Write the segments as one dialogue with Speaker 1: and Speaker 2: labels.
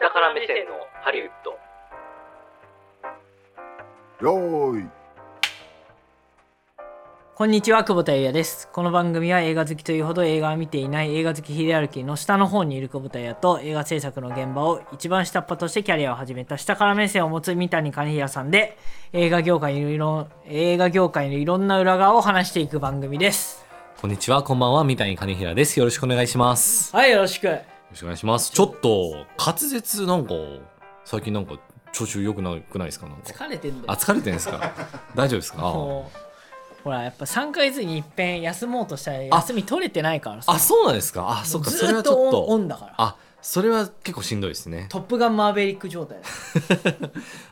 Speaker 1: 下から目線のハリウッド
Speaker 2: よーい
Speaker 3: こんにちは、久保田也です。この番組は映画好きというほど映画を見ていない映画好きヒレ歩きの下の方にいる久保田也と映画制作の現場を一番下っ端としてキャリアを始めた下から目線を持つ三谷兼平さんで映画業界のいろん映画業界のいろんな裏側を話していく番組です。
Speaker 4: こんにちは、こんばんは、三谷兼平です。よろしくお願いします。よ
Speaker 3: はい、よろしく。
Speaker 4: ろしくお願いします。ちょっと、滑舌なんか、最近なんか、調子良くないくないですかなんか。
Speaker 3: 疲れてんだ
Speaker 4: あ、
Speaker 3: よ。
Speaker 4: 疲れてるんです か大丈夫ですか
Speaker 3: もうほら、やっぱ3ヶ月に一遍休もうとしたら
Speaker 4: あ
Speaker 3: 休み取れてないからさ。
Speaker 4: あ、そうなんですかあ、そっか、それ
Speaker 3: ず
Speaker 4: は
Speaker 3: っ
Speaker 4: ちょ
Speaker 3: と
Speaker 4: っ
Speaker 3: オンオ
Speaker 4: と。
Speaker 3: ンだから。
Speaker 4: あ、それは結構しんどいですね。
Speaker 3: トップガンマーベリック状態だよ。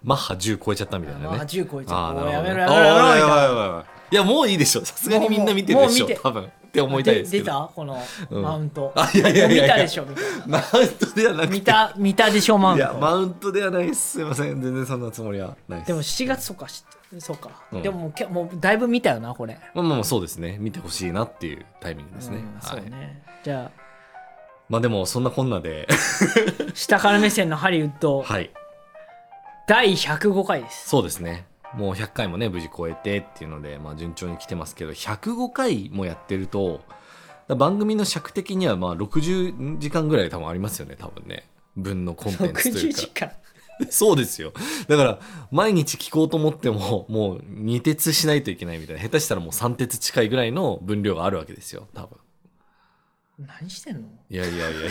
Speaker 4: マッハ10超えちゃったみたいな
Speaker 3: まあ
Speaker 4: ね。
Speaker 3: 10超えちゃ
Speaker 4: あ
Speaker 3: う。
Speaker 4: ーなる
Speaker 3: もう
Speaker 4: ほど
Speaker 3: や
Speaker 4: ね
Speaker 3: めろやめろやめろみ
Speaker 4: あーやばい
Speaker 3: たいな。
Speaker 4: やばいやばいいや、もういいでしょ。さすがにみんな見てるでし
Speaker 3: も
Speaker 4: ょ。
Speaker 3: うもう見て
Speaker 4: 多分。って思いたいですけ
Speaker 3: 出
Speaker 4: ど。
Speaker 3: たこの
Speaker 4: うん
Speaker 3: マウント、
Speaker 4: あいやいやいやいや
Speaker 3: 見たでしょみたいな
Speaker 4: マウントではなくて。
Speaker 3: 見た見たでしょマウ
Speaker 4: い
Speaker 3: ン
Speaker 4: や、
Speaker 3: ト、
Speaker 4: マウントではないです。すいません。全然そんなつもりはないです。
Speaker 3: でも7月とかしそうか、
Speaker 4: うん
Speaker 3: でももうけもうだいぶ見たよなこれ
Speaker 4: まあまあまあそうですね見てほしいなっていうタイミングですね,、
Speaker 3: うん
Speaker 4: は
Speaker 3: そう
Speaker 4: い、
Speaker 3: ねじゃ
Speaker 4: まあでもそんなこんなで
Speaker 3: あ下から目線のハリウッド、
Speaker 4: はい
Speaker 3: 第105回です
Speaker 4: そうですねもう100回もね無事超えてっていうので、まあ、順調に来てますけど105回もやってるとだ番組の尺的にはまあ60時間ぐらい多分ありますよね多分ね分のコンテンツというか
Speaker 3: 60時間
Speaker 4: そうですよだから毎日聞こうと思ってももう2鉄しないといけないみたいな下手したらもう3鉄近いぐらいの分量があるわけですよ多分
Speaker 3: 何してんの
Speaker 4: いやいやいやいや。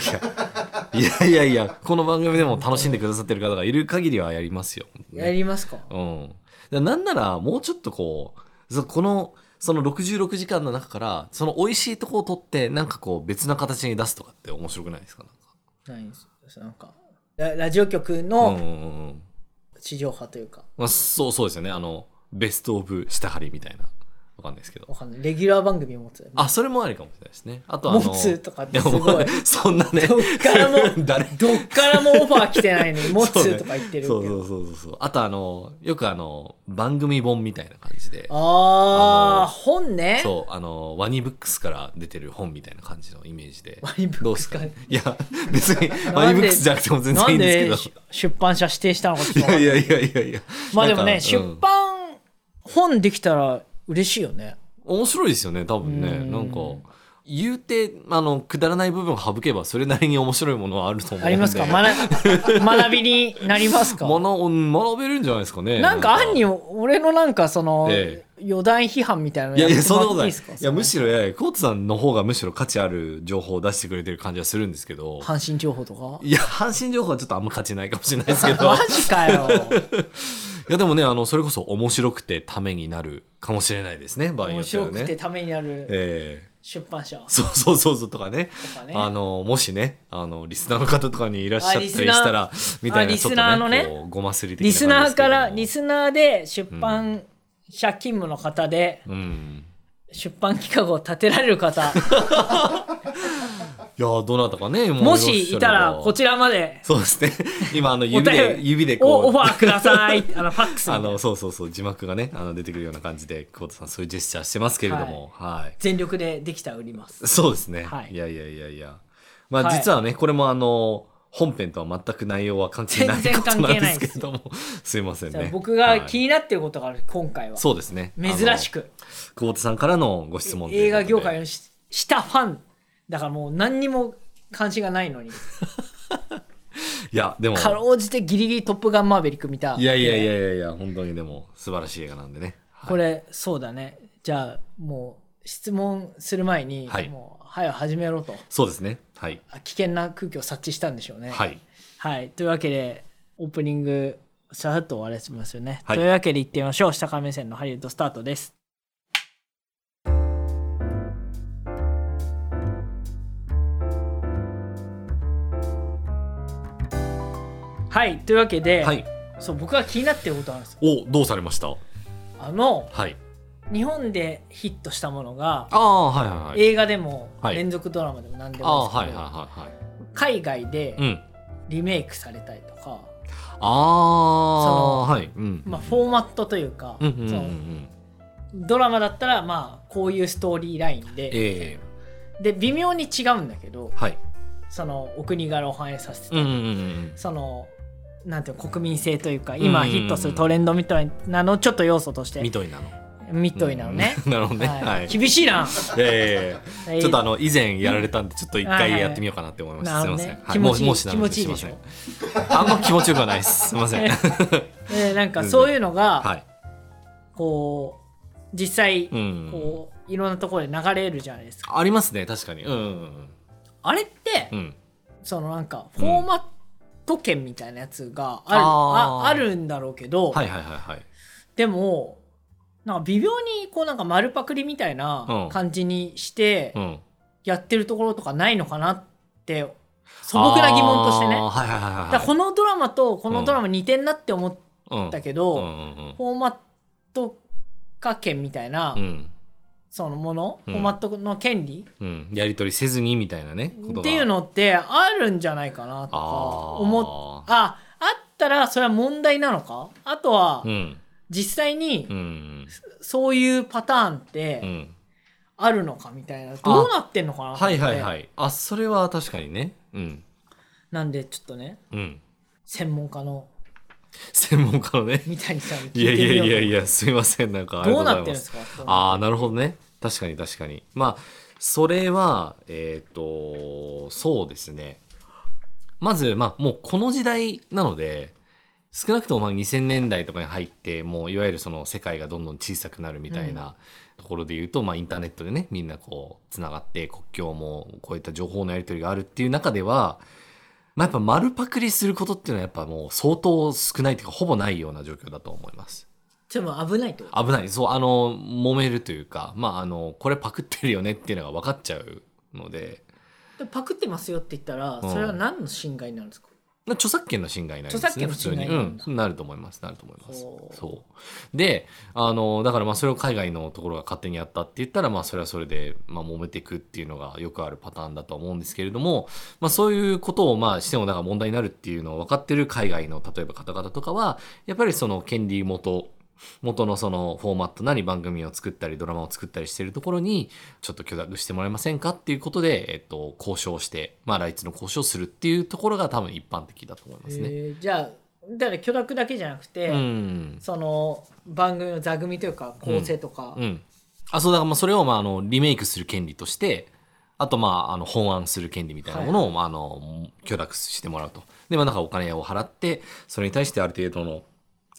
Speaker 4: いやいやいや、この番組でも楽しんでくださってる方がいる限りはやりますよ。
Speaker 3: やりますか
Speaker 4: うん。だなんなら、もうちょっとこう、そこの、その66時間の中から、その美味しいとこを取って、なんかこう別な形に出すとかって面白くないですか
Speaker 3: 何ですなんかララジオ
Speaker 4: な
Speaker 3: 局
Speaker 4: んか。
Speaker 3: の
Speaker 4: うんうんうんうん。
Speaker 3: 地上波というか、
Speaker 4: まあ、そうそうですよね。あの、ベストオブ下張りみたいな。わかんないですけど
Speaker 3: わ。かんないレギュラー番組持つ
Speaker 4: あ、それもありかもしれないですね。あとあの、
Speaker 3: 持つとかって
Speaker 4: や
Speaker 3: す
Speaker 4: も
Speaker 3: ごいう
Speaker 4: そんなね。
Speaker 3: どっからも
Speaker 4: 誰
Speaker 3: どっからもオファー来てないのに持
Speaker 4: そう
Speaker 3: つ
Speaker 4: ね
Speaker 3: とか言ってるけ
Speaker 4: そ
Speaker 3: ど、
Speaker 4: うそうそうそうそうあとあのよくあの番組本みたいな感じで
Speaker 3: ああ
Speaker 4: あの
Speaker 3: 本ね
Speaker 4: そうあのワニブックスから出てる本みたいな感じのイメージで
Speaker 3: ワニブックス
Speaker 4: どうですか
Speaker 3: から
Speaker 4: いや別にワニブックスじゃなくても全然いいん
Speaker 3: なん
Speaker 4: で
Speaker 3: ですし出版社指定したのかち
Speaker 4: け
Speaker 3: ょっと
Speaker 4: どいやいやいやいやいや
Speaker 3: まあでもね、
Speaker 4: なんか
Speaker 3: 出
Speaker 4: うん
Speaker 3: 版本できたら嬉しいよね
Speaker 4: 面白いですよね多分ね
Speaker 3: うん
Speaker 4: なんか言うてあのくだらない部分を省けばそれなりに面白いものはあると思うんで
Speaker 3: ありますか学学びになりますか
Speaker 4: ものうん学べるんじゃないですかね
Speaker 3: なんかあんに俺のなんかその
Speaker 4: え
Speaker 3: 余談批判みたいなの
Speaker 4: いやいや、
Speaker 3: って
Speaker 4: そん
Speaker 3: も
Speaker 4: な
Speaker 3: ら
Speaker 4: こと
Speaker 3: っ
Speaker 4: な
Speaker 3: て
Speaker 4: い。い
Speaker 3: いですか
Speaker 4: や、むしろ、いや、コーツさんの方がむしろ価値ある情報を出してくれてる感じはするんですけ ど、
Speaker 3: 阪神情報とか
Speaker 4: いや、阪神情報はちょっとあんま価値ないかもしれないですけ ど、い
Speaker 3: マジかよ
Speaker 4: や、でもね、あの、それこそ面白くてためになるかもしれないですね、場合によ
Speaker 3: 面
Speaker 4: っては
Speaker 3: 白
Speaker 4: ね。
Speaker 3: くてためになる
Speaker 4: ええ
Speaker 3: 出版社
Speaker 4: そうそうそうそうとかね。
Speaker 3: とかね
Speaker 4: あの、もしね、あの、リスナーの方とかにいらっしゃったりしたら、みたいな、
Speaker 3: あ
Speaker 4: ちょっ
Speaker 3: リスナー
Speaker 4: と
Speaker 3: の
Speaker 4: ね
Speaker 3: ね、
Speaker 4: こうごますり的な
Speaker 3: リスナーから
Speaker 4: 感じ
Speaker 3: リ
Speaker 4: です
Speaker 3: スナーで出版社勤務の方で
Speaker 4: けどもうん。
Speaker 3: 出版企画を立てられる方
Speaker 4: いや、どなたかね、もう
Speaker 3: も
Speaker 4: らっゃれば
Speaker 3: しいたらこちらまで
Speaker 4: そうですね。今、あの、
Speaker 3: お
Speaker 4: 指
Speaker 3: 便
Speaker 4: で、
Speaker 3: り
Speaker 4: 指でこう。
Speaker 3: おオファーくだ さいあのファックス
Speaker 4: あ
Speaker 3: みたい
Speaker 4: の
Speaker 3: な
Speaker 4: そうそうそう字幕がねあの出てくるような感じで久保田さんそういうジェスチャーしてますけれどもはい、
Speaker 3: 全力でできたら売ります
Speaker 4: そうですね、
Speaker 3: はい
Speaker 4: い、やいやいやいやまあ、
Speaker 3: はい
Speaker 4: 実はねこれもあの本編とは全く内容は関係ない
Speaker 3: 全然
Speaker 4: こと
Speaker 3: 関
Speaker 4: なんで
Speaker 3: 係ない
Speaker 4: す
Speaker 3: で
Speaker 4: け
Speaker 3: す
Speaker 4: れども すいません
Speaker 3: じゃあ
Speaker 4: ね
Speaker 3: 僕が
Speaker 4: は
Speaker 3: 気
Speaker 4: い
Speaker 3: になってることがある今回は
Speaker 4: そうですね
Speaker 3: 珍しく
Speaker 4: あの久保田さんからのご質問という
Speaker 3: 映
Speaker 4: こと
Speaker 3: 画
Speaker 4: で
Speaker 3: 業界のししたファンだからもう何にも関心がないのに
Speaker 4: いやでも
Speaker 3: かろうじてギリギリ「トップガンマーヴェリック」見た
Speaker 4: いやいやいやいやいや本当にでも素晴らしい映画なんでね、はい
Speaker 3: これそうだねじゃあもう質問する前に
Speaker 4: はい
Speaker 3: もう早く始めろと
Speaker 4: そうですねはい
Speaker 3: あ危険な空気を察知したんでしょうね
Speaker 4: はい
Speaker 3: はい、というわけでオープニングさらっと終わらせますよね、
Speaker 4: はい
Speaker 3: というわけでいってみましょう下から目線のハリウッドスタートですはいというわけで、
Speaker 4: はい
Speaker 3: そう僕が気になってることあるんですよ
Speaker 4: おどうされました
Speaker 3: あの
Speaker 4: はい
Speaker 3: 日本でヒットしたものが
Speaker 4: ああはいはいはい
Speaker 3: 映画でも
Speaker 4: はい
Speaker 3: 連続ドラマでも何で
Speaker 4: ああ
Speaker 3: も
Speaker 4: ーはいい
Speaker 3: で
Speaker 4: は
Speaker 3: す
Speaker 4: い
Speaker 3: けど
Speaker 4: はいはい
Speaker 3: 海外で
Speaker 4: うん
Speaker 3: リメイクされたりとか、
Speaker 4: ああーはい、うん
Speaker 3: まあ、フォーマットというか、
Speaker 4: うんうんうんう
Speaker 3: その
Speaker 4: ん
Speaker 3: ドラマだったらまあこういうストーリーラインで、
Speaker 4: ええ
Speaker 3: で微妙に違うんだけど
Speaker 4: はい
Speaker 3: そのお国柄を反映させてて、
Speaker 4: うんうんうん
Speaker 3: そのなんていうの国民性というか
Speaker 4: う
Speaker 3: 今
Speaker 4: ん
Speaker 3: ヒットするトレンドみたいなのをちょっと要素とし
Speaker 4: う
Speaker 3: て
Speaker 4: ん緑 なの
Speaker 3: 見といなのね。
Speaker 4: うん なるほどね
Speaker 3: は、
Speaker 4: はいい
Speaker 3: 厳しいな。
Speaker 4: いやいやいや
Speaker 3: はい
Speaker 4: ちょっとあの以前やられたんでちょっと一
Speaker 3: はいは
Speaker 4: 回
Speaker 3: い
Speaker 4: やってみようかなって思いまし
Speaker 3: な
Speaker 4: た
Speaker 3: る
Speaker 4: すいま
Speaker 3: ほどね
Speaker 4: せん
Speaker 3: 気
Speaker 4: はい
Speaker 3: 持
Speaker 4: もう
Speaker 3: ち
Speaker 4: もうしなのです
Speaker 3: 気
Speaker 4: い
Speaker 3: 持
Speaker 4: ま
Speaker 3: ち
Speaker 4: せ
Speaker 3: いい
Speaker 4: んあんま気持ちよくはないですすいません
Speaker 3: でなんかそういうのが、
Speaker 4: はい
Speaker 3: こう実際、
Speaker 4: うん
Speaker 3: こういろんなところで流れるじゃないですか。
Speaker 4: ありますね確かにうんうん
Speaker 3: あれって、
Speaker 4: うんうん
Speaker 3: そのなんかフォーマット権みたいなやつがある,、
Speaker 4: あ
Speaker 3: あ
Speaker 4: ー
Speaker 3: あるんだろうけど、
Speaker 4: はいはいはいはい
Speaker 3: でもなんか微妙にこうなんか丸パクリみたいな
Speaker 4: うん
Speaker 3: 感じにして
Speaker 4: うん
Speaker 3: やってるところとかないのかなって素朴な疑問としてね。
Speaker 4: あーはいはいはい
Speaker 3: だ
Speaker 4: は
Speaker 3: か
Speaker 4: い
Speaker 3: らこのドラマとこのドラマ似てんなって思っ
Speaker 4: うん
Speaker 3: たけ
Speaker 4: う
Speaker 3: ど、
Speaker 4: んうん
Speaker 3: フォーマット化権みたいな、
Speaker 4: うんうん
Speaker 3: そのもの、
Speaker 4: うん
Speaker 3: フォーマットの権利
Speaker 4: うんやり取りせずにみたいなねことが
Speaker 3: っていうのってあるんじゃないかなとか
Speaker 4: あー
Speaker 3: 思っああったらそれは問題なのかあとは
Speaker 4: うん
Speaker 3: 実際に
Speaker 4: うん
Speaker 3: そういうパターンっ
Speaker 4: う
Speaker 3: て
Speaker 4: ん
Speaker 3: あるのかみたいなどうなってんのかなと
Speaker 4: は
Speaker 3: 思っ
Speaker 4: い
Speaker 3: て
Speaker 4: はいはいあそれは確かにねうん
Speaker 3: なんでちょっとね
Speaker 4: うん
Speaker 3: 専門家の
Speaker 4: 専門家のね
Speaker 3: 三谷さんに
Speaker 4: いや
Speaker 3: 聞い
Speaker 4: い
Speaker 3: てみ
Speaker 4: や
Speaker 3: よう
Speaker 4: いや
Speaker 3: い
Speaker 4: いやすいませんなんかあり
Speaker 3: ど
Speaker 4: がと
Speaker 3: う
Speaker 4: うござ
Speaker 3: ないってる
Speaker 4: ま
Speaker 3: んですすか
Speaker 4: ああなるほどね確かに確かにまあそれはえっ、とそうですねまずまあもうこの時代なので少なくともまあ2000年代とかに入ってもういわゆるその世界がどんどん小さくなるみたいなところで言うと、まあインターネットでねみんなこうつながって国境もこういった情報のやり取りがあるっていう中では、まあ、やっぱ丸パクリすることっていうのはやっぱもう相当少ないというかほぼないような状況だと思います。
Speaker 3: でも危ないってこと
Speaker 4: 危ないそうあの揉めるというかまああのこれパクってるよねっていうのが分かっちゃうので
Speaker 3: でもパクってますよって言った
Speaker 4: う
Speaker 3: ら
Speaker 4: ん
Speaker 3: それは何の侵害になるんですか、
Speaker 4: まあ著作権の侵害になりますね
Speaker 3: 著作権の
Speaker 4: 普
Speaker 3: 侵害
Speaker 4: 通
Speaker 3: なん
Speaker 4: に
Speaker 3: だ、
Speaker 4: うん、なると思いますなると思います
Speaker 3: ほう
Speaker 4: そうであのだからまあそれを海外のところが勝手にやったって言ったらまあそれはそれで、まあ、揉めていくっていうのがよくあるパターンだと思うんですけれども、まあ、そういうことをまあしてもだから問題になるっていうのを分かってる海外の例えば方々とかはやっぱりその権利元元のそのフォーマットなり番組を作ったりドラマを作ったりしてるところにちょっと許諾してもらえませんかっていうことで、えっと、交渉して、まあ、来日の交渉をするっていうところが多分一般的だと思いますね。
Speaker 3: えーじゃあだから許諾だけじゃなくて、
Speaker 4: うん、
Speaker 3: その番組の座組というか構成とか、
Speaker 4: うん、あそうだからまあそれをまああのリメイクする権利としてあとまああの本案する権利みたいなものをまああの許諾してもらうとでまあなんかお金を払ってそれに対してある程度の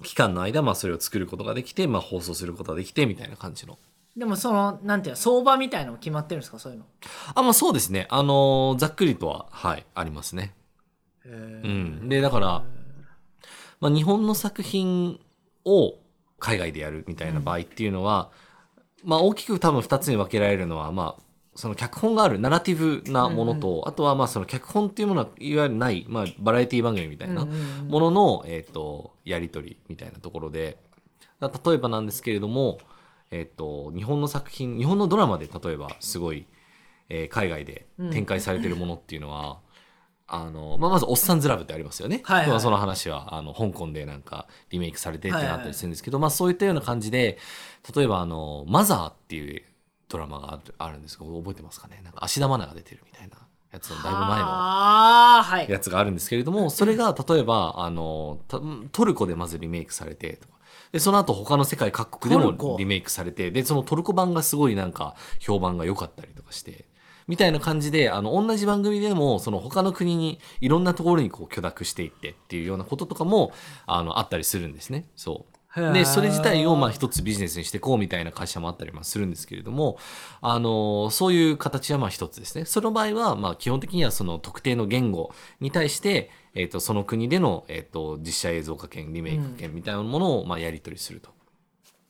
Speaker 4: 期間の間まあそれを作ることができてまあ放送することができてみたいな感じの
Speaker 3: でもそのなんていうの相場みたいなのも決まってるんですかそういうの
Speaker 4: あまあそうですねあのざっくりとははいありますねう、
Speaker 3: うん
Speaker 4: でだから、まあ、日本の作品を海外でやるみたいな場合っていうのは、まあ、大きく多分2つに分けられるのは、まあ、その脚本があるナラティブなものと、あとはまあその脚本っていうものはいわゆるない、まあ、バラエティ番組みたいなものの、えっとやり取りみたいなところでだ例えばなんですけれども、えっと日本の作品日本のドラマで例えばすごい、えー海外で展開されてるものっていうのは、あのまあ、まず「おっさんずラブ」ってありますよね、
Speaker 3: はいはい
Speaker 4: まあその話はあの香港でなんかリメイクされてってなったりするんですけど、まあ、そういったような感じで例えばあの「マザー」っていうドラマがあるあるんですけど覚えてますかねなんか芦田愛菜が出てるみたいなやつのだいぶ前の
Speaker 3: ああはい
Speaker 4: やつがあるんですけれどもそれが例えばあのたトルコでまずリメイクされてとかでその後他の世界各国で
Speaker 3: トルコ
Speaker 4: もリメイクされてでそのトルコ版がすごいなんか評判が良かったりとかしてみたいな感じであの同じ番組でもその他の国にいろんなところにこう許諾していってっていうようなこととかもあのあったりするんですね。そう
Speaker 3: へー
Speaker 4: でそれ自体をまあ一つビジネスにしてこうみたいな会社もあったりもするんですけれどもあのそういう形はまあ一つですねその場合はまあ基本的にはその特定の言語に対して、えー、とその国での、えー、と実写映像化権リメイク権みたいなものをまあやり取りすると。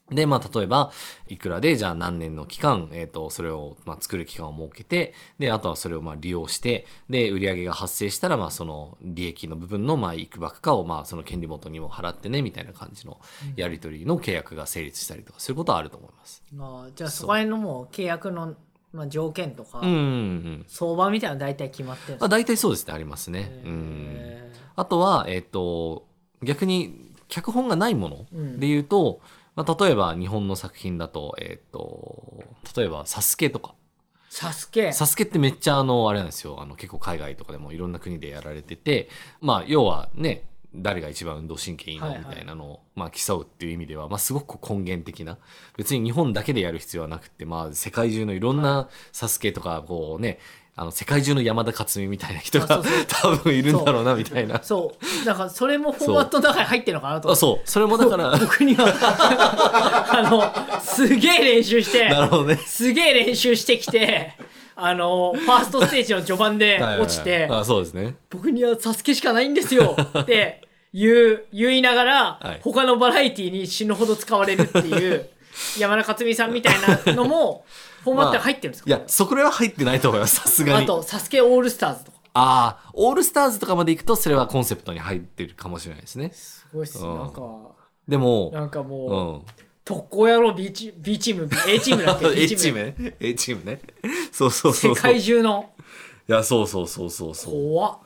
Speaker 4: で、まあ、例えば、いくらで、じゃあ何年の期間、えっ、と、それを、まあ、作る期間を設けて、で、あとはそれを、まあ、利用して、で、売上が発生したら、まあ、その、利益の部分の、まあ、いくばくかを、まあ、その権利元にも払ってね、みたいな感じのやり取りの契約が成立したりとかすることはあると思います。
Speaker 3: まあじゃあそこら辺のもう契約の、まあ、条件とか、
Speaker 4: うんうんうん。
Speaker 3: 相場みたいなの大体決まってるん
Speaker 4: ま
Speaker 3: で
Speaker 4: あ、大体そうですね、ありますね
Speaker 3: す。
Speaker 4: う
Speaker 3: ね
Speaker 4: ん。
Speaker 3: へ
Speaker 4: あとは、えっ、と、逆に脚本がないも
Speaker 3: うん
Speaker 4: ので言うと、まあ、例えば日本の作品だと、えっ、と、例えば、サスケとか
Speaker 3: ーサスケ。
Speaker 4: サスケってめっちゃあの、あれなんですよ。あの、結構海外とかでもいろんな国でやられてて、まあ、要はね、誰が一番運動神経いいの
Speaker 3: はいはい
Speaker 4: みたいなのを、まあ、競うっていう意味では、まあ、すごく根源的な。別に日本だけでやる必要はなくて、まあ、世界中のいろんなサスケとか、こうね、あの、世界中の山田勝美みたいな人
Speaker 3: あそ
Speaker 4: が
Speaker 3: うそ
Speaker 4: 多分いるんだろうな、みたいな。
Speaker 3: そう。なんか、それもフォーマットの中に入ってるのかなと
Speaker 4: あ、。そう。それもだから、
Speaker 3: 僕には、あの、すげえ練習し て、
Speaker 4: なるほどね。
Speaker 3: すげえ練習してきて、あの、ファーストステージの序盤で 落ち
Speaker 4: はいは
Speaker 3: て
Speaker 4: い、はいあ、そうですね。
Speaker 3: 僕にはサスケしかないんですよって言う、言いながら、
Speaker 4: はい
Speaker 3: 他のバラエティに死ぬほど使われるっていう、山田勝美さんみたいなのも、フォーマットに入ってるんですか、
Speaker 4: いや、そこらは入ってないと思います。さすが
Speaker 3: あ
Speaker 4: に。
Speaker 3: と、サスケオールスターズとか。
Speaker 4: ああ、オールスターズとかまで行くと、それはコンセプトに入ってるかもしれないですね。
Speaker 3: すごいっすね。
Speaker 4: うん
Speaker 3: なんか、
Speaker 4: で
Speaker 3: な
Speaker 4: も、
Speaker 3: んかもう、
Speaker 4: うん。
Speaker 3: 特攻野郎 B チ B チーム、A チームだ っけ
Speaker 4: A
Speaker 3: B
Speaker 4: チームね。A チームね。そうそうそ
Speaker 3: 世
Speaker 4: うそう。
Speaker 3: 界
Speaker 4: い
Speaker 3: 中の
Speaker 4: や、そうそうそうそうそう。い
Speaker 3: 怖っ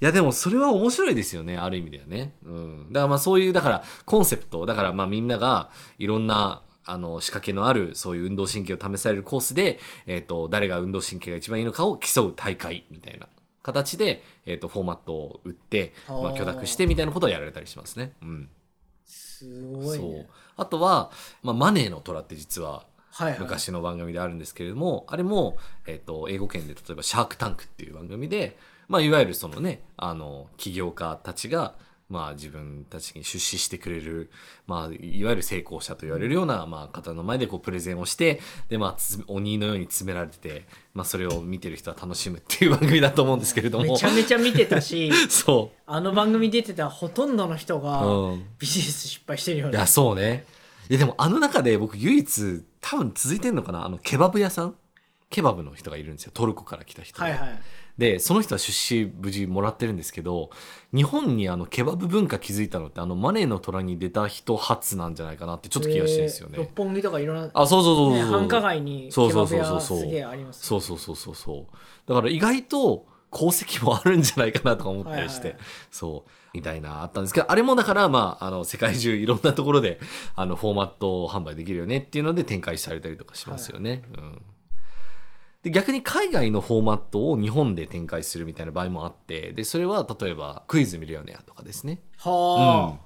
Speaker 4: や、でもそれは面白いですよね。ある意味ではね。うん。だからまあそういう、だからコンセプト、だからまあみんながいろんな、あの、仕掛けのある、そういう運動神経を試されるコースで、えっ、と、誰が運動神経が一番いいのかを競う大会みたいな形で、えっ、と、フォーマットを打って、ま
Speaker 3: あ
Speaker 4: あ
Speaker 3: ー
Speaker 4: 許諾してみたいなことをやられたりしますね。うん。
Speaker 3: すごい、
Speaker 4: そ
Speaker 3: ね
Speaker 4: う。あとは、まあ、マネーの虎って実は
Speaker 3: はいはい、
Speaker 4: 昔の番組であるんですけれども、あれも、えっと英語圏で例えば「シャークタンク」っていう番組で、まあ、いわゆるそのねあの起業家たちが、まあ、自分たちに出資してくれる、まあ、いわゆる成功者と言われるような、まあ、方の前でこうプレゼンをしてで、まあ、つ鬼のように詰められてて、まあ、それを見てる人は楽しむっていう番組だと思うんですけれど
Speaker 3: め
Speaker 4: も
Speaker 3: ちゃめちゃ見てた し
Speaker 4: そ
Speaker 3: あの番組出てたほとんどの人
Speaker 4: う。
Speaker 3: が
Speaker 4: うん
Speaker 3: ビジネス失敗してるよ
Speaker 4: い
Speaker 3: ね
Speaker 4: や、そうね。いや、でもあの中で僕唯一多分続いてんのかなあの、ケバブ屋さんケバブの人がいるんですよ。トルコから来た人で。
Speaker 3: はいはい
Speaker 4: で、その人は出資無事もらってるんですけど、日本にあの、ケバブ文化気づいたのってあの、マネーの虎に出た人初なんじゃないかなってちょっと気がしてるんですよ
Speaker 3: えー
Speaker 4: ね
Speaker 3: 六。本木とかいろんな、
Speaker 4: あ、そうそうそう
Speaker 3: ね、
Speaker 4: そう。
Speaker 3: 繁華街にケ
Speaker 4: そうそ
Speaker 3: バ
Speaker 4: う
Speaker 3: ブ
Speaker 4: そうそ
Speaker 3: 屋
Speaker 4: うそう
Speaker 3: すげえあります
Speaker 4: そうそうそうそうそう。だから意外と功績もあるんじゃないかなとか思ったりして、
Speaker 3: はいはい
Speaker 4: そう、みたいなあったんですけど、あれもだから、まあ、あの、世界中いろんなところで、あの、フォーマットを販売できるよねっていうので展開されたりとかしますよね。うん。で、逆に海外のフォーマットを日本で展開するみたいな場合もあって、で、それは例えば、クイズミリオネアとかですね。
Speaker 3: は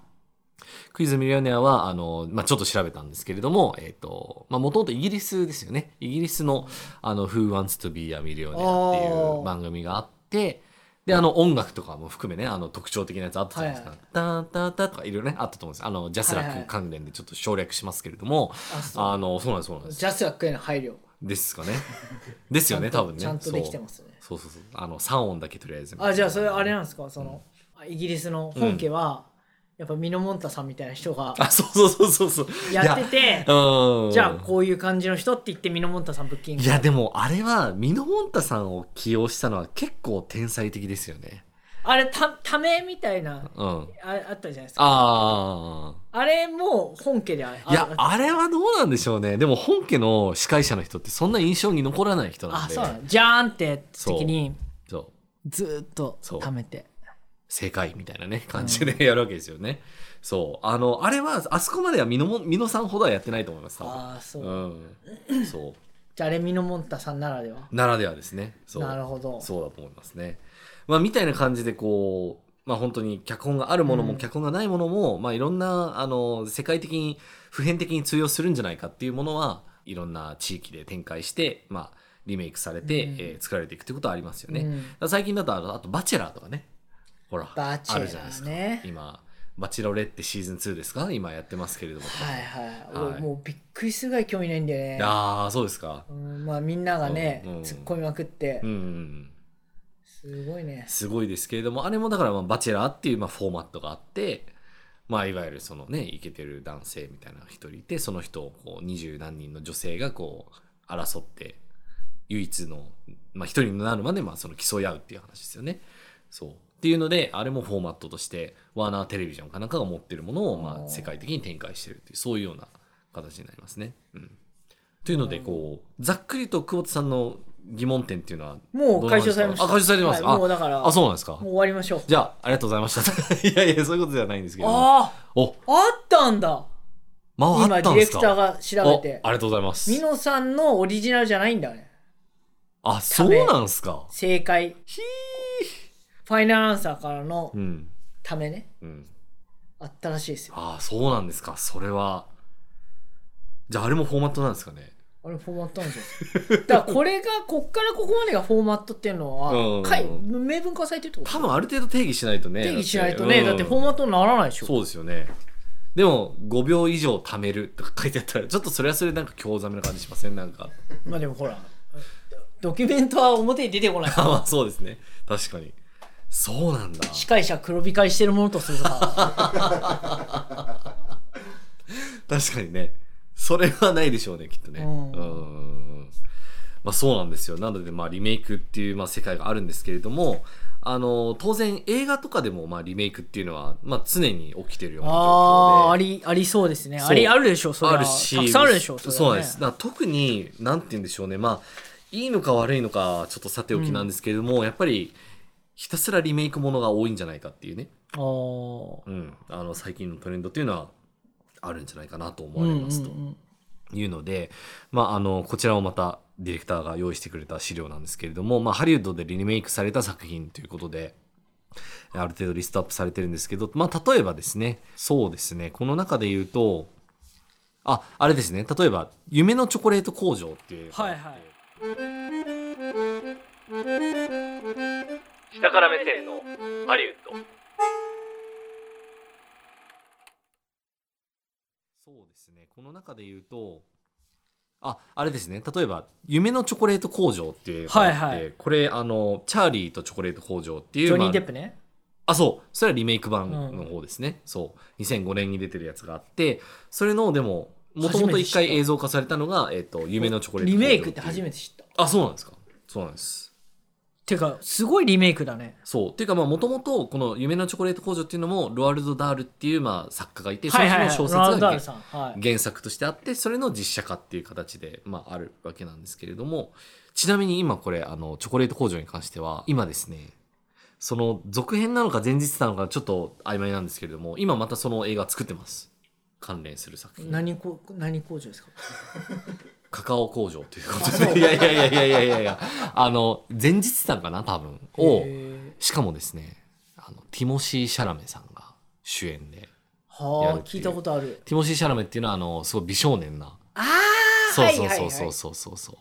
Speaker 4: クイズミリオネアは、あの、まあ、ちょっと調べたんですけれども、えっ、と、まあ、もともとイギリスですよね。イギリスの、あの、Who Wants to Be a Millionaire ってい
Speaker 3: あー
Speaker 4: う番組があって、で、あの、音楽とかも含めね、あの、特徴的なやつあったじゃないですか。
Speaker 3: はい
Speaker 4: タンタンタンとかいろいろね、あったと思うんです。あの、ジャスラック関連でちょっと省略しますけれども、
Speaker 3: あ、そう
Speaker 4: あの、そうなんです、そうなんです。
Speaker 3: ジャスラックへの配慮
Speaker 4: ですかね。ですよね、
Speaker 3: ちゃん
Speaker 4: 多
Speaker 3: と
Speaker 4: 分ね。
Speaker 3: ちゃんとできてますね
Speaker 4: そう。そうそうそう。あの、3音だけとりあえず。
Speaker 3: あじゃあそれあれなんですかその、イギリスの本家は、やっぱミノモンタさんみたいな人が
Speaker 4: あ、そうそうそうそうそう。
Speaker 3: やって
Speaker 4: い
Speaker 3: て
Speaker 4: やうん。
Speaker 3: じゃあこういう感じの人って言ってミノモンタさんブッキング
Speaker 4: いやでもあれはミノモンタさんを起用したのは結構天才的ですよね。
Speaker 3: あれたためみたいな
Speaker 4: うん。あ
Speaker 3: ああったじゃないですか
Speaker 4: あ
Speaker 3: あれも本家であ
Speaker 4: ー。いや
Speaker 3: あ
Speaker 4: あれはどうなんでしょうね。でも本家の司会者の人ってそんな印象に残らない人な
Speaker 3: あ
Speaker 4: んで。
Speaker 3: そうなのじゃーんって時に
Speaker 4: そう
Speaker 3: ずーっと
Speaker 4: そう
Speaker 3: ためて
Speaker 4: 正解みたいなね感じでやるわけですよね。そうあのあれはあそこまではミノモミノさんほどはやってないと思います。多分
Speaker 3: ああそう、
Speaker 4: うん。そ
Speaker 3: じゃああれミノモンタさんならでは
Speaker 4: うならではですね。そう
Speaker 3: なるほど
Speaker 4: そうだと思いますね。まあ、みたいな感じでこう、まあ、本当に脚本があるもの
Speaker 3: う
Speaker 4: も
Speaker 3: ん
Speaker 4: 脚本がないものも、まあ、いろんなあの世界的に普遍的に通用するんじゃないかっていうものはいろんな地域で展開して、まあ、リメイクされて、
Speaker 3: うん
Speaker 4: えー作られていくってことはありますよね。
Speaker 3: う
Speaker 4: だか
Speaker 3: ん
Speaker 4: ら最近だとあのあと「バチェラー」とかねほら
Speaker 3: バチェ
Speaker 4: あ
Speaker 3: ラーね
Speaker 4: るじゃないですか今「バチェロレッテ」シーズン2ですか今やってますけれども。
Speaker 3: はいはい、
Speaker 4: はい
Speaker 3: 俺もうびっくりするぐらい興味ないんだよね
Speaker 4: ああそうですか。
Speaker 3: うんまあみんながね、
Speaker 4: うんうん
Speaker 3: 突っ込みまくって、
Speaker 4: うんうんうん
Speaker 3: すごいね
Speaker 4: すごいですけれども、あれもだから、まあ、バチェラーっていう、まあ、フォーマットがあって、まあ、いわゆるそのね、イケてる男性みたいな一人いて、その人をこう、二十何人の女性がこう、争って、唯一の、まあ、一人になるまで、まあ、その競い合うっていう話ですよね。そう。っていうので、あれもフォーマットとして、ワーナーテレビジョンかなんかが持ってるものを、
Speaker 3: あ
Speaker 4: ま
Speaker 3: ー
Speaker 4: あ、世界的に展開してるっていう、そういうような形になりますね。うん。というので、こう、ざっくりと久保田さんの疑問点っていうのは、
Speaker 3: もう解消されました
Speaker 4: あ解消されてます
Speaker 3: はい
Speaker 4: あ
Speaker 3: もうだから
Speaker 4: あ、そうなんですか
Speaker 3: もう終わりましょう
Speaker 4: じゃあ、ありがとうございました。い やいや、そういうことではないんですけど。
Speaker 3: ああ
Speaker 4: お、
Speaker 3: あったんだ
Speaker 4: 間はあ
Speaker 3: 今
Speaker 4: っ
Speaker 3: デ
Speaker 4: た
Speaker 3: ィ
Speaker 4: んで
Speaker 3: レ
Speaker 4: すか
Speaker 3: クターが調べて
Speaker 4: おありがとうございます。
Speaker 3: ミノさんのオリジナルじゃないんだね
Speaker 4: あそうなんすか
Speaker 3: 正解
Speaker 4: ひ
Speaker 3: ファイナルアンサーからの
Speaker 4: ーうん
Speaker 3: ためね、
Speaker 4: うん
Speaker 3: あったらしいですよ
Speaker 4: ああそうなんですかそれはじゃああれもフォーマットなんですかね
Speaker 3: あれフォーマットなんですよだからこれがこっからここまでがフォーマットっていう
Speaker 4: う
Speaker 3: の
Speaker 4: ん
Speaker 3: は、かい明文化されてるってこと
Speaker 4: 多分ある程度定義しないとね
Speaker 3: 定義しないとね、
Speaker 4: うん
Speaker 3: だってフォーマットにならないでしょ
Speaker 4: そうですよねでも5秒以上貯めるとか書いてあったらちょっとそれはそれでなんか興ざめな感じしませんなんか
Speaker 3: まあでもほらドキュメントは表に出てこ ない
Speaker 4: あまあそうですね確かにそうなんだ
Speaker 3: 司会者黒光りしてるものとする か
Speaker 4: 確かにねそれはないでしょうねきっとねう
Speaker 3: うんん
Speaker 4: まあそうなんですよなのでまあリメイクっていうまあ世界があるんですけれどもあの当然映画とかでもまあリメイクっていうのはまあ常に起きてるような状況で
Speaker 3: ああありありそうですね
Speaker 4: そう
Speaker 3: ありあるでしょうそれは
Speaker 4: あるした
Speaker 3: くさんあるでしょう
Speaker 4: そ
Speaker 3: れ
Speaker 4: うなんで
Speaker 3: はね
Speaker 4: すだから特になんて言うんでしょうねまあいいのか悪いのかちょっとさておきなんですけれども、やっぱりひたすらリメイクものが多いんじゃないかっていうね、
Speaker 3: あー
Speaker 4: うん、あの最近のトレンドっていうのはあるんじゃないかなと思われますと
Speaker 3: うんうんうん
Speaker 4: いうので、まあ、あのこちらをまたディレクターが用意してくれた資料なんですけれども、まあ、ハリウッドでリメイクされた作品ということである程度リストアップされてるんですけど、まあ、例えばですねそうですねこの中で言うとああれですね例えば「夢のチョコレート工場」っていう、
Speaker 3: はいはい
Speaker 1: 下から目線のハリウッド
Speaker 4: そうですねこの中で言うとああれですね例えば「夢のチョコレート工場」っていう映画があって、
Speaker 3: はいはい
Speaker 4: これあのチャーリーとチョコレート工場っていう
Speaker 3: ジョニ
Speaker 4: ま
Speaker 3: ー・
Speaker 4: あ
Speaker 3: デップね、
Speaker 4: あ、そう。それはリメイク版の方ですね。そう。2005年に出てるやつがあって、それの、でも、もとも
Speaker 3: 初め
Speaker 4: と
Speaker 3: て
Speaker 4: 一
Speaker 3: 知った
Speaker 4: 回映像化されたのが、えっ、と、夢のチョコレート。
Speaker 3: リメイクって初め
Speaker 4: て。
Speaker 3: て知った
Speaker 4: あ、そうなんですか。そうなんです。
Speaker 3: ていうかすごいリメイクだね
Speaker 4: そう。っていうか、まあ、もともと、この夢のチョコレート工場っていうのも、ロアルド・ダールっていう、まあ、作家がいて、
Speaker 3: はいはい、はい、
Speaker 4: その人
Speaker 3: ロナ
Speaker 4: の
Speaker 3: ウ
Speaker 4: 小
Speaker 3: ド・
Speaker 4: 説が
Speaker 3: ダ
Speaker 4: 原
Speaker 3: ールさんはい
Speaker 4: 原作としてあって、それの実写化っていう形で、まあ、あるわけなんですけれども、ちなみに今これ、あの、チョコレート工場に関しては、今ですね、その続編なのか前日なのかちょっと曖昧なんですけれども、今またその映画作ってます。関連する作品。
Speaker 3: 何こ何工場ですか
Speaker 4: カカオ工場ということ
Speaker 3: あそう
Speaker 4: で。い やいやいやいやいやいやいや、あの、前日談かな多分。を、
Speaker 3: へー
Speaker 4: しかもですね、あの、ティモシー・シャラメさんが主演で。や
Speaker 3: は
Speaker 4: る
Speaker 3: あ
Speaker 4: ってい
Speaker 3: 聞
Speaker 4: う
Speaker 3: いたことある
Speaker 4: ティモシー・シャラメっていうのは、あの、すごい美少年な
Speaker 3: ああ
Speaker 4: そうそうそうそうそうそうそう。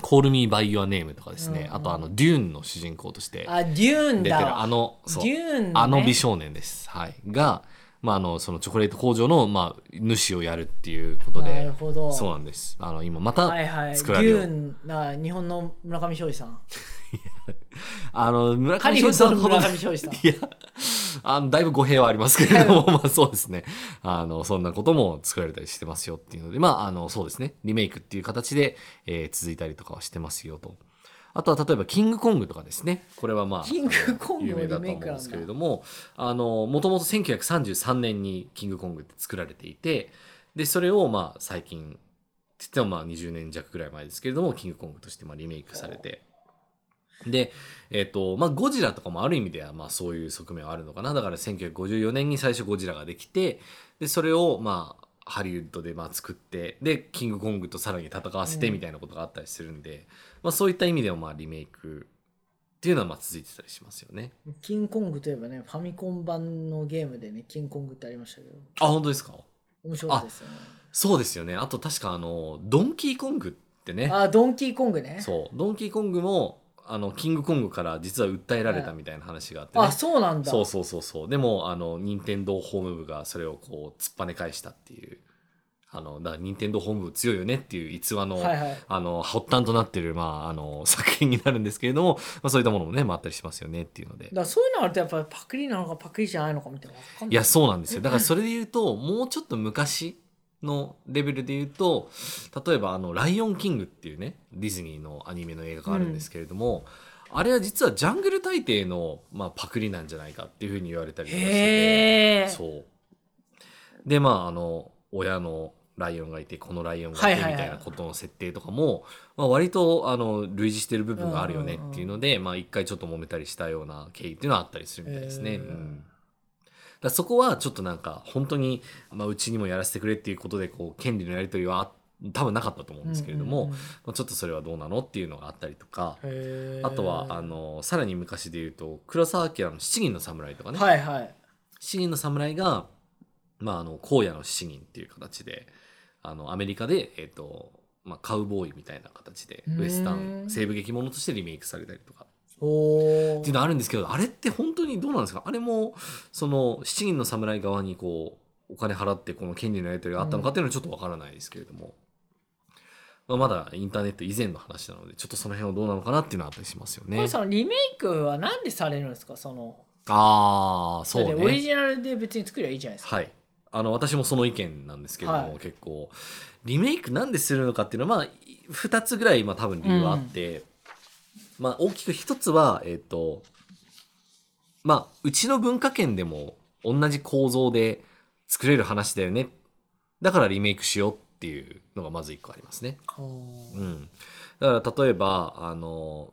Speaker 4: コールミーバイ r アネームとかですね、
Speaker 3: うんうん
Speaker 4: あとあのデューンの主人公として
Speaker 3: あデューン
Speaker 4: 出てる
Speaker 3: だ
Speaker 4: あのそう
Speaker 3: デューンね
Speaker 4: あの美少年です、はい、が、まあ、あのそのチョコレート工場の、まあ、主をやるっていうこと
Speaker 3: なる
Speaker 4: で
Speaker 3: ほど
Speaker 4: そうなんですあの今ま
Speaker 3: はい
Speaker 4: た
Speaker 3: はいデ
Speaker 4: 作られる、
Speaker 3: ューンな日本の村上庄司さん
Speaker 4: あの村
Speaker 3: ハ
Speaker 4: 上
Speaker 3: リウ
Speaker 4: 翔さ
Speaker 3: ッドの
Speaker 4: んほど
Speaker 3: 村上庄司さ ん
Speaker 4: いやあのだいぶ語弊はありますけれども、 まあそうですね。あの、そんなことも作られたりしてますよっていうので、まあ、あの、そうですね。リメイクっていう形で、えー続いたりとかはしてますよと。あとは、例えば、キングコングとかですね。これはまあ、
Speaker 3: キングコング
Speaker 4: 有
Speaker 3: の
Speaker 4: 名だ
Speaker 3: リ
Speaker 4: と
Speaker 3: メ
Speaker 4: 思う
Speaker 3: イ
Speaker 4: ん
Speaker 3: クな
Speaker 4: で
Speaker 3: ん
Speaker 4: す
Speaker 3: だ
Speaker 4: けれども、あの、もともと1933年にキングコングって作られていて、で、それをまあ、最近、って言ってもまあ20年弱ぐらい前ですけれども、キングコングとしてまあリメイクされて。で、えっ、と、まあ、ゴジラとかもある意味では、まあ、そういう側面はあるのかな。だから、1954年に最初ゴジラができて、で、それを、まあ、ハリウッドで、まあ、作って、で、キングコングとさらに戦わせて
Speaker 3: うん
Speaker 4: みたいなことがあったりするんで、まあ、そういった意味でも、まあ、リメイクっていうのは、まあ、続いてたりしますよね。
Speaker 3: キングコングといえばねファミコン版のゲームでねキングコングってありましたけど
Speaker 4: あ、本当ですか
Speaker 3: 面白かったですよね
Speaker 4: そうですよね。あと、確か、あの、ドンキーコングってね。
Speaker 3: あドンキーコングね
Speaker 4: そう。ドンキーコングも、あの、キングコングから実は訴えられたみたいな話があってね。
Speaker 3: あそうなんだ
Speaker 4: そうそうそうそう。でも、あの、任天堂ホーム部がそれをこう、突っ跳ね返したっていう。あの、だから任天堂ホーム部強いよねっていう逸話の、
Speaker 3: はいはい
Speaker 4: あの、発端となってる、まあ、あの、 作品になるんですけれども、まあ、そういったものもね、まあ、あったりしますよねっていうので
Speaker 3: だ。からそういうのあるとやっぱりパクリなのかパクリじゃないのかみたいなの分かんな
Speaker 4: い
Speaker 3: い
Speaker 4: や、そうなんですよ。だからそれで言うと、もうちょっと昔のレベルで言うと、例えばあの、ライオンキングっていうね、ディズニーのアニメの映画があるんですけれども、あれは実はジャングル大帝の、まあ、パクリなんじゃないかっていうふうに言われたりとかしてて。
Speaker 3: へえ
Speaker 4: そう。で、まあ、あの、親のライオンがいて、このライオンがい
Speaker 3: はい
Speaker 4: て
Speaker 3: はい
Speaker 4: み
Speaker 3: は
Speaker 4: た
Speaker 3: い
Speaker 4: いなことの設定とかも、まあ、割と、あの、類似してる部分があるよねっていうので、まあ、一回ちょっと揉めたりしたような経緯っていうのはあったりするみたいですね。
Speaker 3: へ
Speaker 4: う
Speaker 3: ー
Speaker 4: んだからそこはちょっとなんか本当に、まあ、うちにもやらせてくれっていうことでこう権利のやり取りはあっ多分なかったと思うんですけれども、
Speaker 3: うんうんうん
Speaker 4: まあちょっとそれはどうなのっていうのがあったりとか、
Speaker 3: へー
Speaker 4: あとはあのさらに昔で言うと黒澤明の「七人の侍」とかね、
Speaker 3: はいはい
Speaker 4: 七人の侍が、まあ、あの荒野の七人っていう形であのアメリカで、えっとまあ、カウボーイみたいな形で
Speaker 3: うーん
Speaker 4: ウエスタン西部劇ものとしてリメイクされたりとか
Speaker 3: お
Speaker 4: っていうのあるんですけどあれって本当にどうなんですかあれもその七人の侍側にこうお金払ってこの権利のやり取りがあったのかっていうのはちょっとわからないですけれども、まあ、まだインターネット以前の話なのでちょっとその辺はどうなのかなっていうのはあったりしますよ
Speaker 3: こ
Speaker 4: ね
Speaker 3: れ。そのリメイクはなんでされるんですかその
Speaker 4: ああそう
Speaker 3: だ
Speaker 4: ね。
Speaker 3: ってオリジナルで別に作りゃいいじゃないですか、
Speaker 4: はい。あの、私もその意見なんですけれども、
Speaker 3: はい
Speaker 4: 結構、リメイクなんでするのかっていうのは、まあ、2つぐらい、まあ、多分理由はあって、まあ、大きく1つは、えっ、と、まあ、うちの文化圏でも同じ構造で作れる話だよね。だからリメイクしようっていうのがまず1個ありますね。
Speaker 3: おー
Speaker 4: うん。だから、例えば、あの、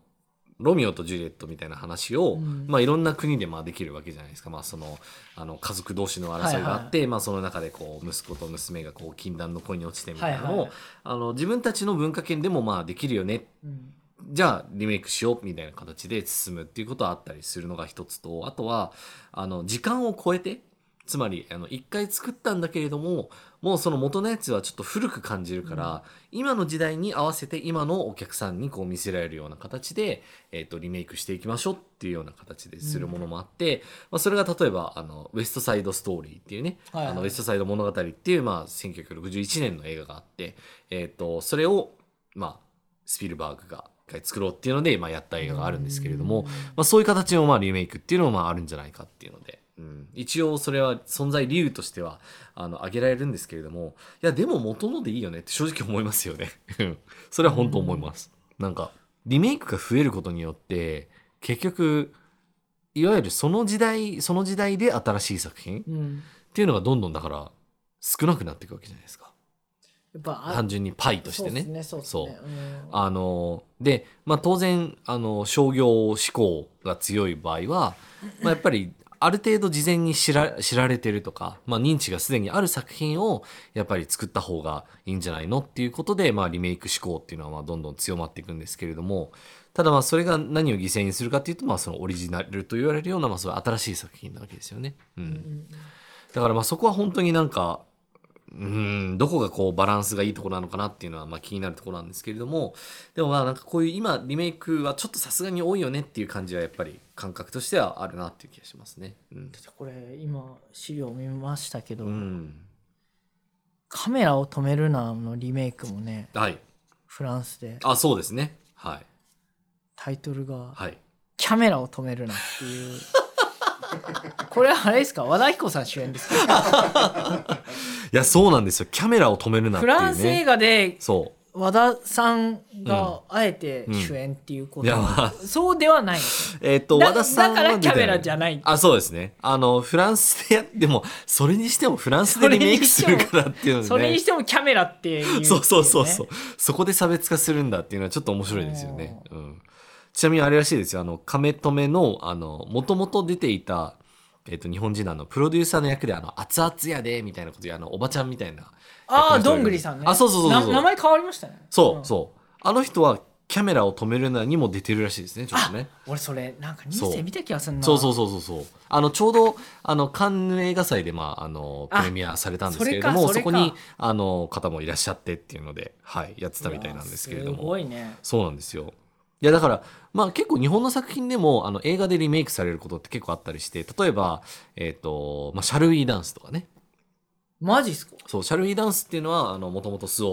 Speaker 4: ロミオとジュリエットみたいな話を、
Speaker 3: うん
Speaker 4: まあ、いろんな国でまあできるわけじゃないですか、まあ、そのあの家族同士の争いがあって、まあ、その中でこう息子と娘がこう禁断の恋に落ちてみたいなのを、
Speaker 3: はいはい
Speaker 4: あの自分たちの文化圏でもまあできるよね
Speaker 3: うん
Speaker 4: じゃあリメイクしようみたいな形で進むっていうことはあったりするのが一つとあとはあの時間を超えてつまりあの一回作ったんだけれどももうその元のやつはちょっと古く感じるから、今の時代に合わせて今のお客さんにこう見せられるような形で、えっとリメイクしていきましょうっていうような形でするものもあって、まあ、それが例えばあの「ウエストサイド・ストーリー」っていうね、
Speaker 3: はいはい
Speaker 4: あのウエストサイド物語っていう、まあ、1961年の映画があって、えっとそれを、まあ、スピルバーグが一回作ろうっていうので、まあ、やった映画があるんですけれども、
Speaker 3: うん
Speaker 4: まあ、そういう形のまあリメイクっていうのもまああるんじゃないかっていうので、うん、一応それは存在理由としてはあの挙げられるんですけれどもいやでも元のでいいよねって正直思いますよねうんそれは本当思います、なんかリメイクが増えることによって結局いわゆるその時代その時代で新しい作品っ
Speaker 3: うん、
Speaker 4: ていうのがどんどんだから少なくなっていくわけじゃないですか
Speaker 3: やっぱ
Speaker 4: 単純にパイとしてね
Speaker 3: そうです
Speaker 4: そう
Speaker 3: ねそうですねうん
Speaker 4: あので、まあ、当然あの商業志向が強い場合は、まあ、やっぱりある程度事前に知ら知られてるとか、まあ、認知がすでにある作品をやっぱり作った方がいいんじゃないのっていうことで、まあ、リメイク志向っていうのはまあどんどん強まっていくんですけれどもただまあそれが何を犠牲にするかっていうと、まあ、そのオリジナルと言われるような、まあ、そういう新しい作品なわけですよね。う、
Speaker 3: うんん
Speaker 4: だからまあそこは本当になんかうーんどこがこうバランスがいいところなのかなっていうのはまあ気になるところなんですけれどもでもまあなんかこういう今リメイクはちょっとさすがに多いよねっていう感じはやっぱり感覚としてはあるなっていう気がしますね。うん
Speaker 3: だってこれ今資料見ましたけど、
Speaker 4: うん、
Speaker 3: カメラを止めるなのリメイクもね
Speaker 4: はい
Speaker 3: フランスで
Speaker 4: あそうですねはい
Speaker 3: タイトルが
Speaker 4: はい
Speaker 3: 「キャメラを止めるな」っ ていうこれはあれですか和田アキ子さん主演ですか
Speaker 4: いやそうなんですよキャメラを止めるなって
Speaker 3: フ
Speaker 4: いうね
Speaker 3: ランス映画で
Speaker 4: そ
Speaker 3: 和田さんがあえて主演っていうこと、
Speaker 4: うんいやまあ
Speaker 3: そうではないんです
Speaker 4: うえっ、と
Speaker 3: だ
Speaker 4: 和田さんは
Speaker 3: だから
Speaker 4: 出て
Speaker 3: キャメラじゃない
Speaker 4: あそうですねあのフランスでやってもそれにしてもフランスでリメイクするからっていうので、ね、
Speaker 3: それにしてもキャメラっていうっていね
Speaker 4: そうそうそうそう。そこで差別化するんだっていうのはちょっと面白いですよね。うん。ちなみにあれらしいですよ。あの、亀止めの、あの、もともと出ていた、えっ、と、日本人のあの、プロデューサーの役で、あの、熱々やで、みたいなことで、あの、おばちゃんみたいな。
Speaker 3: ああどんぐりさんね
Speaker 4: あ、そうそうそうそう。
Speaker 3: な名前変わりましたね
Speaker 4: そう、
Speaker 3: ん
Speaker 4: そう。あの人は、キャメラを止めるなにも出てるらしいですね、ちょっとね。
Speaker 3: 俺それなんかニュース
Speaker 4: そ
Speaker 3: で
Speaker 4: う
Speaker 3: 見た気がするな
Speaker 4: そうそうそうそうそう。あの、ちょうど、あの、カンヌ映画祭で、まあ、あの、プレミアされたんですけれども、
Speaker 3: あそ
Speaker 4: そ
Speaker 3: れかそれ
Speaker 4: こに、
Speaker 3: か
Speaker 4: あの、方もいらっしゃってっていうので、はい、やってたみたいなんですけれども。
Speaker 3: すごいね
Speaker 4: そうなんですよ。いやだから、まあ、結構日本の作品でもあの映画でリメイクされることって結構あったりして例えば「えーとまあ、シャルウィーダンス」とかね
Speaker 3: マジっすか
Speaker 4: そう「シャルウィーダンス」っていうのはもともと周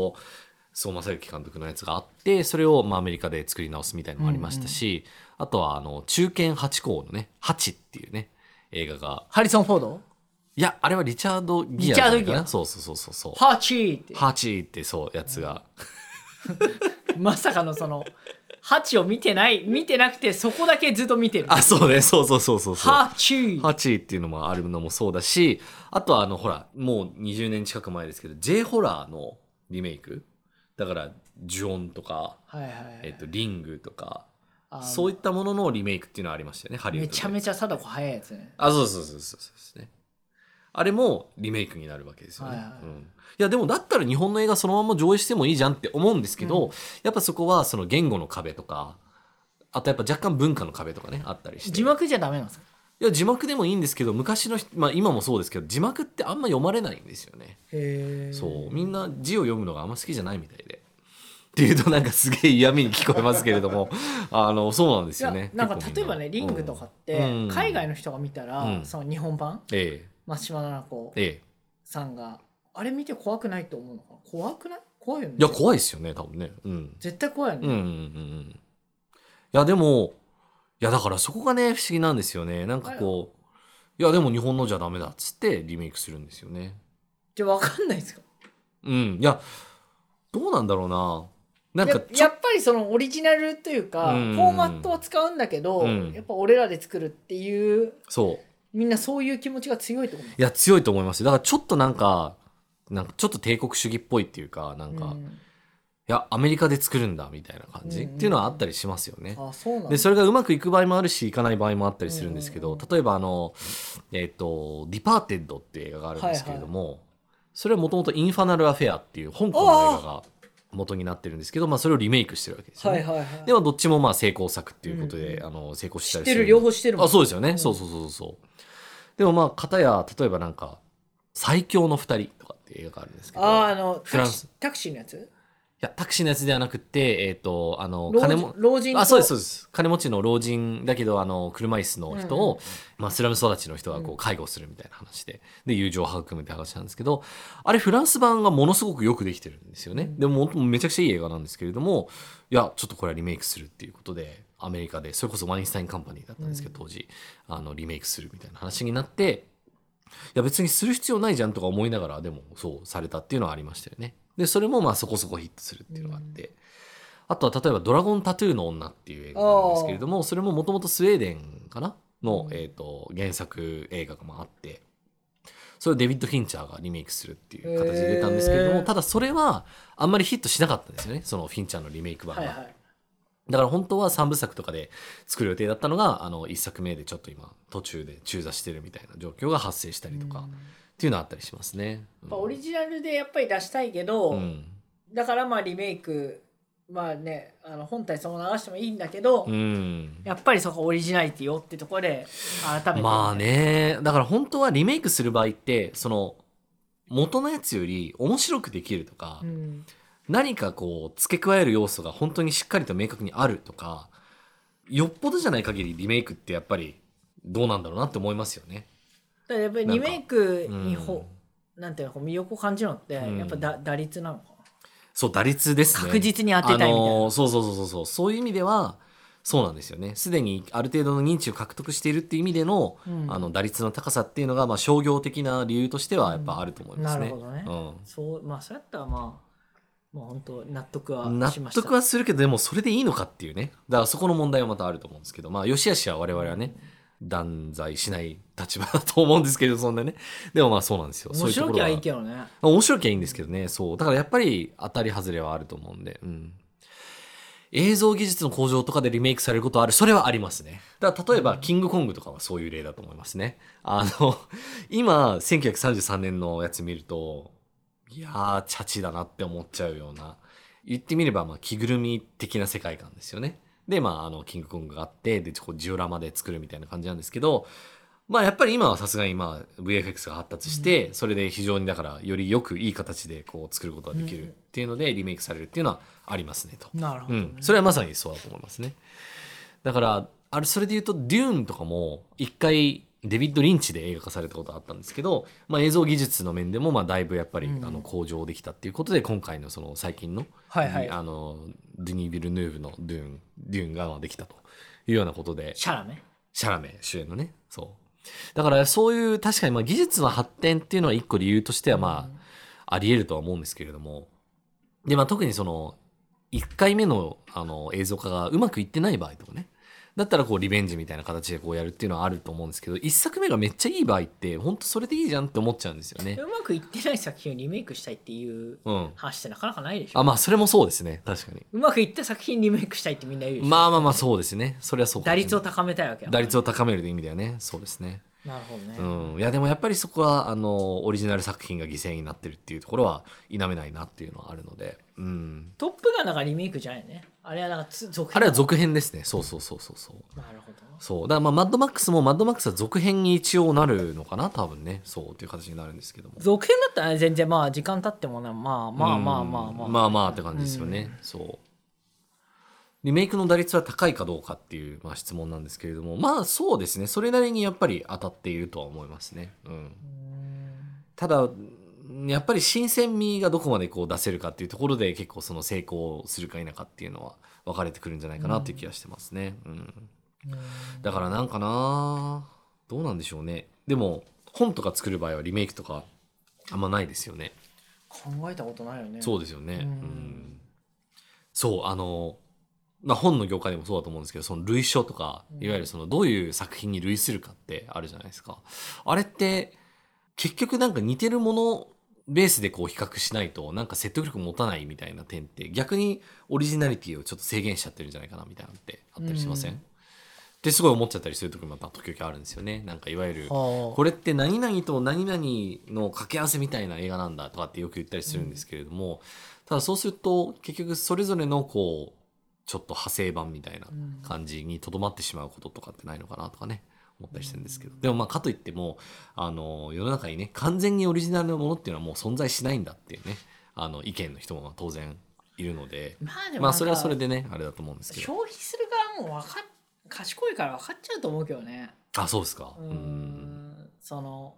Speaker 4: 防正行監督のやつがあってそれをまあアメリカで作り直すみたいなのもありましたし、あとはあの中堅八高のね「ハチ」っていうね映画が
Speaker 3: ハリソン・フォード
Speaker 4: いやあれはリチャード・ギア
Speaker 3: リチャー
Speaker 4: じゃな
Speaker 3: ド
Speaker 4: いかな
Speaker 3: ギア
Speaker 4: そうそうそうそうそう
Speaker 3: ハーチーって
Speaker 4: ハチってそうやつが、
Speaker 3: まさかのそのハチを見てない見てなくてそこだけずっと見てる
Speaker 4: あそうねそうそうそうそうそう
Speaker 3: ハーチー
Speaker 4: ハチっていうのもあるのもそうだし、あとはあの、ほら、もう20年近く前ですけど、J ホラーのリメイク。だから、ジュオンとか、
Speaker 3: はいはいはい
Speaker 4: えっと、リングとか、
Speaker 3: あの
Speaker 4: そういったもののリメイクっていうのはありましたよね、ハリウッ
Speaker 3: め
Speaker 4: ドで。
Speaker 3: ちゃめ
Speaker 4: ち
Speaker 3: ちゃ貞子早いやつね
Speaker 4: ゃ。あ、そうそうそうそうそうですね。あれもリメイクになるわけですよね。
Speaker 3: はいはい
Speaker 4: うんいやでもだったら日本の映画そのまま上映してもいいじゃんって思うんですけど、やっぱそこはその言語の壁とかあとやっぱ若干文化の壁とかねあったりして
Speaker 3: 字幕じゃダメなんですか
Speaker 4: いや字幕でもいいんですけど昔の人、まあ、今もそうですけど字幕ってあんま読まれないんですよね。
Speaker 3: へえ
Speaker 4: そうみんな字を読むのがあんま好きじゃないみたいで。っていうとなんかすげえ嫌味に聞こえますけれども あのそうなんですよね。
Speaker 3: なんか
Speaker 4: 結構
Speaker 3: 例え
Speaker 4: み
Speaker 3: ばねリングとかっ、
Speaker 4: う
Speaker 3: て
Speaker 4: ん
Speaker 3: 海外の人が見たら、
Speaker 4: うん
Speaker 3: その日本版
Speaker 4: うんえ
Speaker 3: 松島菜々子
Speaker 4: えええ
Speaker 3: さんがあれ見て怖くないと思うのかな怖くない怖いよね
Speaker 4: いや怖いですよね多分ね。うん
Speaker 3: 絶対怖いよね、
Speaker 4: うんうんうんうんいやでもいやだからそこがね不思議なんですよねなんかこういやでも日本のじゃダメだっつってリメイクするんですよね
Speaker 3: じゃ分かんないですか
Speaker 4: うんいやどうなんだろうななんか
Speaker 3: ややっぱりそのオリジナルというか、
Speaker 4: うん
Speaker 3: フォーマットは使うんだけど、
Speaker 4: うん
Speaker 3: やっぱ俺らで作るっていう
Speaker 4: そう
Speaker 3: みんなそういう気持ちが強いってこと
Speaker 4: いや強いと思いますだからちょっとなんかなんかちょっと帝国主義っぽいっていうかなんか、
Speaker 3: う
Speaker 4: い
Speaker 3: ん
Speaker 4: やアメリカで作るんだみたいな感じ、
Speaker 3: うんうん
Speaker 4: っていうのはあったりしますよね。
Speaker 3: あそうなんだ
Speaker 4: でそれがうまくいく場合もあるしいかない場合もあったりするんですけ
Speaker 3: うん
Speaker 4: ど
Speaker 3: うんう
Speaker 4: 例えばあのえっ、と「ディパーテッド」っていう映画があるんですけれども、それはもともと「インファナル・アフェア」っていう香港の映画が元になってるんですけど、まあ、それをリメイクしてるわけですよ
Speaker 3: は
Speaker 4: ね。
Speaker 3: いはいはい
Speaker 4: でもどっちもまあ成功作っていうことで、
Speaker 3: うんうん
Speaker 4: あの成功し
Speaker 3: 知
Speaker 4: た
Speaker 3: っ
Speaker 4: り
Speaker 3: て
Speaker 4: す
Speaker 3: る
Speaker 4: る
Speaker 3: 両方知ってるもん
Speaker 4: あそうですよね、
Speaker 3: ん
Speaker 4: そうそうそうそうでもまあ片や例えばなんか「最強の二人」とかっていう映画があるんですけど
Speaker 3: ああの
Speaker 4: フランス
Speaker 3: タクタクシーのやつ
Speaker 4: いやタクシーのやつではなくてえっ、とあの
Speaker 3: 老
Speaker 4: 金
Speaker 3: 人
Speaker 4: も
Speaker 3: 老人と
Speaker 4: あそうですそうです金持ちの老人だけどあの車椅子の人
Speaker 3: うん
Speaker 4: を、
Speaker 3: うん
Speaker 4: まあ、スラム育ちの人がこ
Speaker 3: うん
Speaker 4: う介護するみたいな話でで友情を育むって話なんですけどあれフランス版がものすごくよくできてるんですよね、
Speaker 3: うん
Speaker 4: でももうめちゃくちゃいい映画なんですけれどもいやちょっとこれはリメイクするっていうことでアメリカでそれこそワインスタインカンパニーだったんですけど、当時あのリメイクするみたいな話になっていや別にする必要ないじゃんとか思いながらでもそうされたっていうのはありましたよね。でそれもまあそこそこヒットするっていうのがあって、あとは例えば「ドラゴンタトゥーの女」っていう映画なんですけれどもそれももともとスウェーデンかなの、
Speaker 3: うん
Speaker 4: えー、と原作映画がまああってそれをデビッド・フィンチャーがリメイクするっていう形で出たんですけれど
Speaker 3: へ
Speaker 4: も
Speaker 3: ー
Speaker 4: ただそれはあんまりヒットしなかったんですよねそのフィンチャーのリメイク版が。
Speaker 3: はいはい
Speaker 4: だから本当は3部作とかで作る予定だったのがあの1作目でちょっと今途中で中座してるみたいな状況が発生したりとか、
Speaker 3: うん
Speaker 4: っ
Speaker 3: や
Speaker 4: ていうのはあったりしますね。
Speaker 3: っぱオリジナルでやっぱり出したいけど、
Speaker 4: うん
Speaker 3: だからまあリメイクまあねあの本体そのまま流してもいいんだけど、
Speaker 4: うん
Speaker 3: やっぱりそこオリジナリティよってところで改めて
Speaker 4: まあねだから本当はリメイクする場合ってその元のやつより面白くできるとか、
Speaker 3: うん
Speaker 4: 何かこう付け加える要素が本当にしっかりと明確にあるとかよっぽどじゃない限りリメイクってやっぱりどうなんだろうなって思いますよね。
Speaker 3: だからやっぱりリメイクに
Speaker 4: う
Speaker 3: ほ
Speaker 4: ん
Speaker 3: なんていうのこう魅力を感じるのって
Speaker 4: うん
Speaker 3: やっぱだ打率なのか
Speaker 4: そう打率です
Speaker 3: な
Speaker 4: ね
Speaker 3: 確実に当てたいみたいな、
Speaker 4: あのーそうそうそうそうそうそういう意味ではそうなんですよねすでにある程度の認知を獲得しているっていう意味での,、
Speaker 3: うん
Speaker 4: あの打率の高さっていうのが、まあ、商業的な理由としてはやっぱあると思いますね。
Speaker 3: うんなるほ
Speaker 4: どね、
Speaker 3: そうまあそうやったらまあまあ本当納得は
Speaker 4: うん納
Speaker 3: しました
Speaker 4: 得はするけどでもそれでいいのかっていうねだからそこの問題はまたあると思うんですけどまあよしあしは我々はね断罪しない立場だと思うんですけどそんなねでもまあそうなんですよ
Speaker 3: 面白きゃいい
Speaker 4: ど
Speaker 3: けどね
Speaker 4: 面白きゃいいんですけどねそうだからやっぱり当たり外れはあると思うんで、うん、映像技術の向上とかでリメイクされることはあるそれはありますねだから例えば「キングコング」とかはそういう例だと思いますねあの 今1933年のやつ見るといやーチャチだなって思っちゃうような言ってみればまあ着ぐるみ的な世界観ですよねでまああのキングコングがあってでこうジオラマで作るみたいな感じなんですけどまあやっぱり今はさすがにまあ VFX が発達して、それで非常にだからよりよくいい形でこう作ることができるっていうのでリメイクされるっていうのはありますねと。
Speaker 3: なるほ
Speaker 4: う
Speaker 3: ど、ね
Speaker 4: ん、それはまさにそうだと思いますね。だから、あれ、それで言うと、デューンとかも、一回、デビッド・リンチで映画化されたことあったんですけど、まあ、映像技術の面でも、まあ、だいぶやっぱり、
Speaker 3: うん
Speaker 4: あの向上できたっていうことで、今回のその最近の、
Speaker 3: はいはい
Speaker 4: あの、ディニー・ビル・ヌーブのデューン、デューンがまあできたというようなことで、
Speaker 3: シャラメ
Speaker 4: シャラメ主演のね、そう。だから、そういう、確かに、まあ、技術の発展っていうのは一個理由としては、まあ、あり得るとは思うんですけれどもで、まあ、特にその1回目のあの映像化がうまくいってない場合とかねだったらこうリベンジみたいな形でこうやるっていうのはあると思うんですけど1作目がめっちゃいい場合って本当それでいいじゃんって思っちゃうんですよね
Speaker 3: う。まくいってない作品をリメイクしたいっていう
Speaker 4: うん、
Speaker 3: 話ってなかなかないでしょ
Speaker 4: あまあそれもそうですね確かに。
Speaker 3: うまくいった作品リメイクしたいってみんな言うでしょ、
Speaker 4: まあまあまあそうですねそれはそうか
Speaker 3: 打
Speaker 4: もしれない
Speaker 3: 率を高めたいわけだ
Speaker 4: 打率を高めるという意味だよねそうですね
Speaker 3: なるほどね、
Speaker 4: うん、いやでもやっぱりそこはあのオリジナル作品が犠牲になってるっていうところは否めないなっていうのはあるので、うん、
Speaker 3: トップガンなんかリメイクじゃないよねあれはなんかつ続編
Speaker 4: あれは続編ですねそうそうそうそうそう
Speaker 3: なるほど
Speaker 4: そうだからまあマッドマックスもマッドマックスは続編に一応なるのかな多分ねそうっていう形になるんですけども
Speaker 3: 続編だったらね全然まあ時間経ってもねまあまあまあまあまあ
Speaker 4: うんまあまあって感じですよね、そうリメイクの打率は高いかどうかっていう、まあ、質問なんですけれどもまあそうですねそれなりにやっぱり当たっているとは思いますねうん
Speaker 3: うん
Speaker 4: ただうんやっぱり新鮮味がどこまでこう出せるかっていうところで結構その成功するか否かっていうのは分かれてくるんじゃないかなっていう気がしてますね。うん、
Speaker 3: うん
Speaker 4: だからなんかなどうなんでしょうね。でも本とか作る場合はリメイクとかあんまないですよね。
Speaker 3: 考えたことないよね
Speaker 4: そうですよね。
Speaker 3: う
Speaker 4: うんんそうあのまあ、本の業界でもそうだと思うんですけどその類書とか
Speaker 3: うん
Speaker 4: いわゆるそのどういう作品に類するかってあるじゃないですか。あれって結局なんか似てるものベースでこう比較しないとなんか説得力持たないみたいな点って逆にオリジナリティをちょっと制限しちゃってるんじゃないかなみたいなのってあったりしません、
Speaker 3: うん
Speaker 4: ってすごい思っちゃったりする時もまた時々あるんですよね。なんかいわゆる
Speaker 3: はあ
Speaker 4: これって何々と何々の掛け合わせみたいな映画なんだとかってよく言ったりするんですけれども、ただそうすると結局それぞれのこうちょっと派生版みたいな感じにとどまってしまうこととかってないのかなとかね思ったりしてるんですけど、でもまあかといってもあの世の中にね完全にオリジナルのものっていうのはもう存在しないんだっていうねあの意見の人も当然いるので。
Speaker 3: まあでも
Speaker 4: まあそれはそれ
Speaker 3: で
Speaker 4: でねあれだと思うんですけど
Speaker 3: 消費する側もわかっ賢いから分かっちゃうと思うけどね
Speaker 4: あそうですか
Speaker 3: う
Speaker 4: う
Speaker 3: ー
Speaker 4: ん
Speaker 3: んその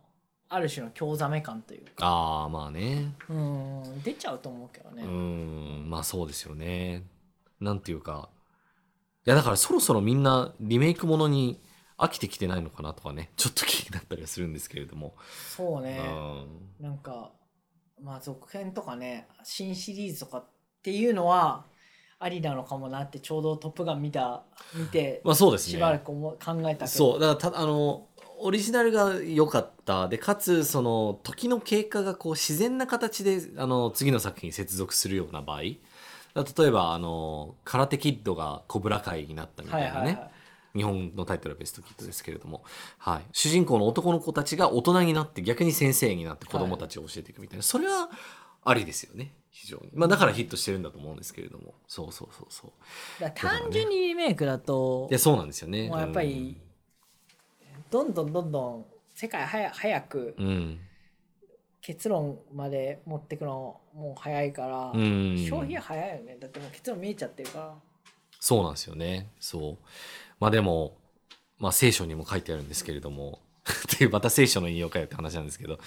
Speaker 3: ある種の興ざめ感というか
Speaker 4: ああまあね
Speaker 3: うーん出ちゃうと思うけどね、
Speaker 4: うーんまあそうですよね。なんていうかいやだからそろそろみんなリメイクものに飽きてきてないのかなとかねちょっと気になったりはするんですけれども、
Speaker 3: そうね
Speaker 4: うん
Speaker 3: なんかまあ続編とかね新シリーズとかっていうのはありなのかもなってちょうど「トップガン」見た見て
Speaker 4: まあそうですね
Speaker 3: しばらく思う考えたけど、
Speaker 4: そうだからたあのオリジナルが良かったでかつその時の経過がこう自然な形であの次の作品に接続するような場合だ例えばあの「空手キッド」が「コブラ会」になったみた
Speaker 3: はいい
Speaker 4: なね、
Speaker 3: はいはい
Speaker 4: 日本のタイトルはベストキットですけれども、はい、主人公の男の子たちが大人になって逆に先生になって子供たちを教えていくみたいな、それはありですよね非常に、まあ、だからヒットしてるんだと思うんですけれどもそうそうそうそう
Speaker 3: だから単純にリメイクだと
Speaker 4: いやそうなんですよね
Speaker 3: もうやっぱりどんどんどんどん世界はや早く
Speaker 4: うん、うん
Speaker 3: 結論まで持ってくのもう早いから、
Speaker 4: うん
Speaker 3: 消費は早いよねだってもう結論見えちゃってるから
Speaker 4: そうなんですよね。そう。まあでも、まあ聖書にも書いてあるんですけれども、っていうまた聖書の引用かよって話なんですけど、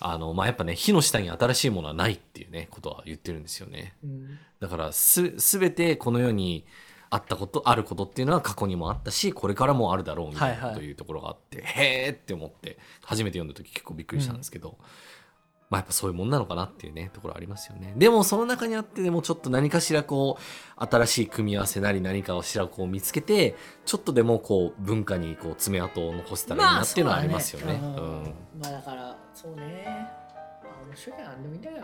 Speaker 4: あの、まあやっぱね、火の下に新しいものはないっていうね、ことは言ってるんですよね。
Speaker 3: うん
Speaker 4: だからす、すべてこの世にあったこと、あることっていうのは過去にもあったし、これからもあるだろうみたい
Speaker 3: はいは
Speaker 4: ないというところがあって、へーって思って、初めて読んだ時結構びっくりしたんですけど、まあやっぱそういうもんなのかなっていうね、ところありますよね。でもその中にあって、でもちょっと何かしらこう、新しい組み合わせなり何かをしらこう見つけて、ちょっとでもこう、文化にこう、爪痕を残せたらいいなっていうのはありますよね。
Speaker 3: まあそうだね
Speaker 4: うん
Speaker 3: うんまあだからそうねまあ面白いから何でもいいんだよ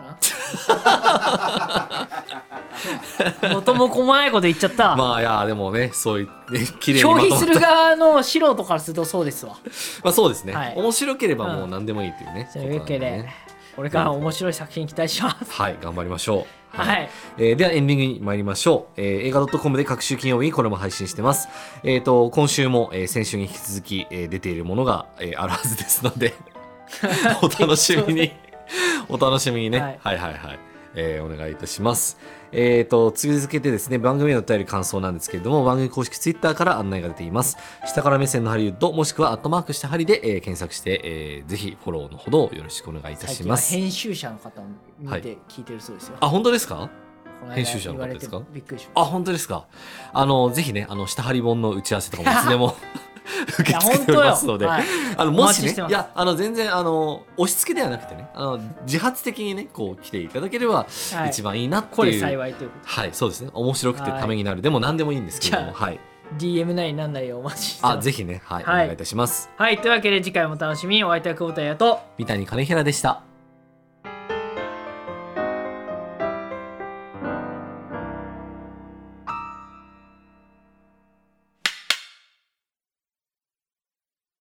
Speaker 3: な元も子もないこと言っちゃった、
Speaker 4: まあいや、でもね、そういう、ね、綺麗にまとま
Speaker 3: 消
Speaker 4: っ
Speaker 3: 費
Speaker 4: た
Speaker 3: する側の素人からするとそうですわ
Speaker 4: まあそうですね、
Speaker 3: はい
Speaker 4: 面白ければもう何でもいいっていうね、
Speaker 3: というわけ
Speaker 4: ことなん
Speaker 3: で
Speaker 4: ね
Speaker 3: これから面白い作品期待します
Speaker 4: はい頑張りましょう
Speaker 3: はい
Speaker 4: えーではエンディングに参りましょう、えー映画 .com で各週金曜日にこれも配信してますえっ、と今週も、えー先週に引き続き、えー出ているものが、えーあるはずですの でお楽しみにお楽しみにね、
Speaker 3: は
Speaker 4: は
Speaker 3: い
Speaker 4: いはいはいえーお願いいたします。えっ、と、続けてですね、番組へのお便り感想なんですけれども、番組公式ツイッターから案内が出ています。下から目線のハリウッド、もしくはアットマークしたハリで、えー検索して、えーぜひフォローのほどよろしくお願いいた
Speaker 3: 最
Speaker 4: し
Speaker 3: 近は
Speaker 4: ます。
Speaker 3: 編集者の方も見
Speaker 4: は
Speaker 3: て
Speaker 4: い
Speaker 3: 聞いてるそうですよ、
Speaker 4: あ、本当ですか
Speaker 3: この間
Speaker 4: 編集者の方ですか
Speaker 3: 言われてびっくりしま
Speaker 4: あ、本当ですか。あの、ぜひね、あの、下張り本の打ち合わせとかも いつでも受け
Speaker 3: したいや
Speaker 4: 付け
Speaker 3: 本
Speaker 4: ており
Speaker 3: 当よ
Speaker 4: ますので、
Speaker 3: はい
Speaker 4: あの、もし
Speaker 3: お待ち
Speaker 4: ね、
Speaker 3: してます
Speaker 4: いや、あの、全然、あの、押し付けではなくてね、あの、自発的にね、こう来ていただければ
Speaker 3: はい
Speaker 4: 一番いいなって
Speaker 3: これ
Speaker 4: いう。
Speaker 3: 幸いというこ
Speaker 4: はい、そうですね。面白くてためになる。でも何でもいいんですけれども、
Speaker 3: じ
Speaker 4: はい。
Speaker 3: とで DM なりなんなりお待ちしてま
Speaker 4: あ、
Speaker 3: す
Speaker 4: ぜひね、はい、
Speaker 3: はい
Speaker 4: お願いいたします。
Speaker 3: はいというわけで次回もお楽しみにお相手は久保田彩と
Speaker 4: 三谷金平でした。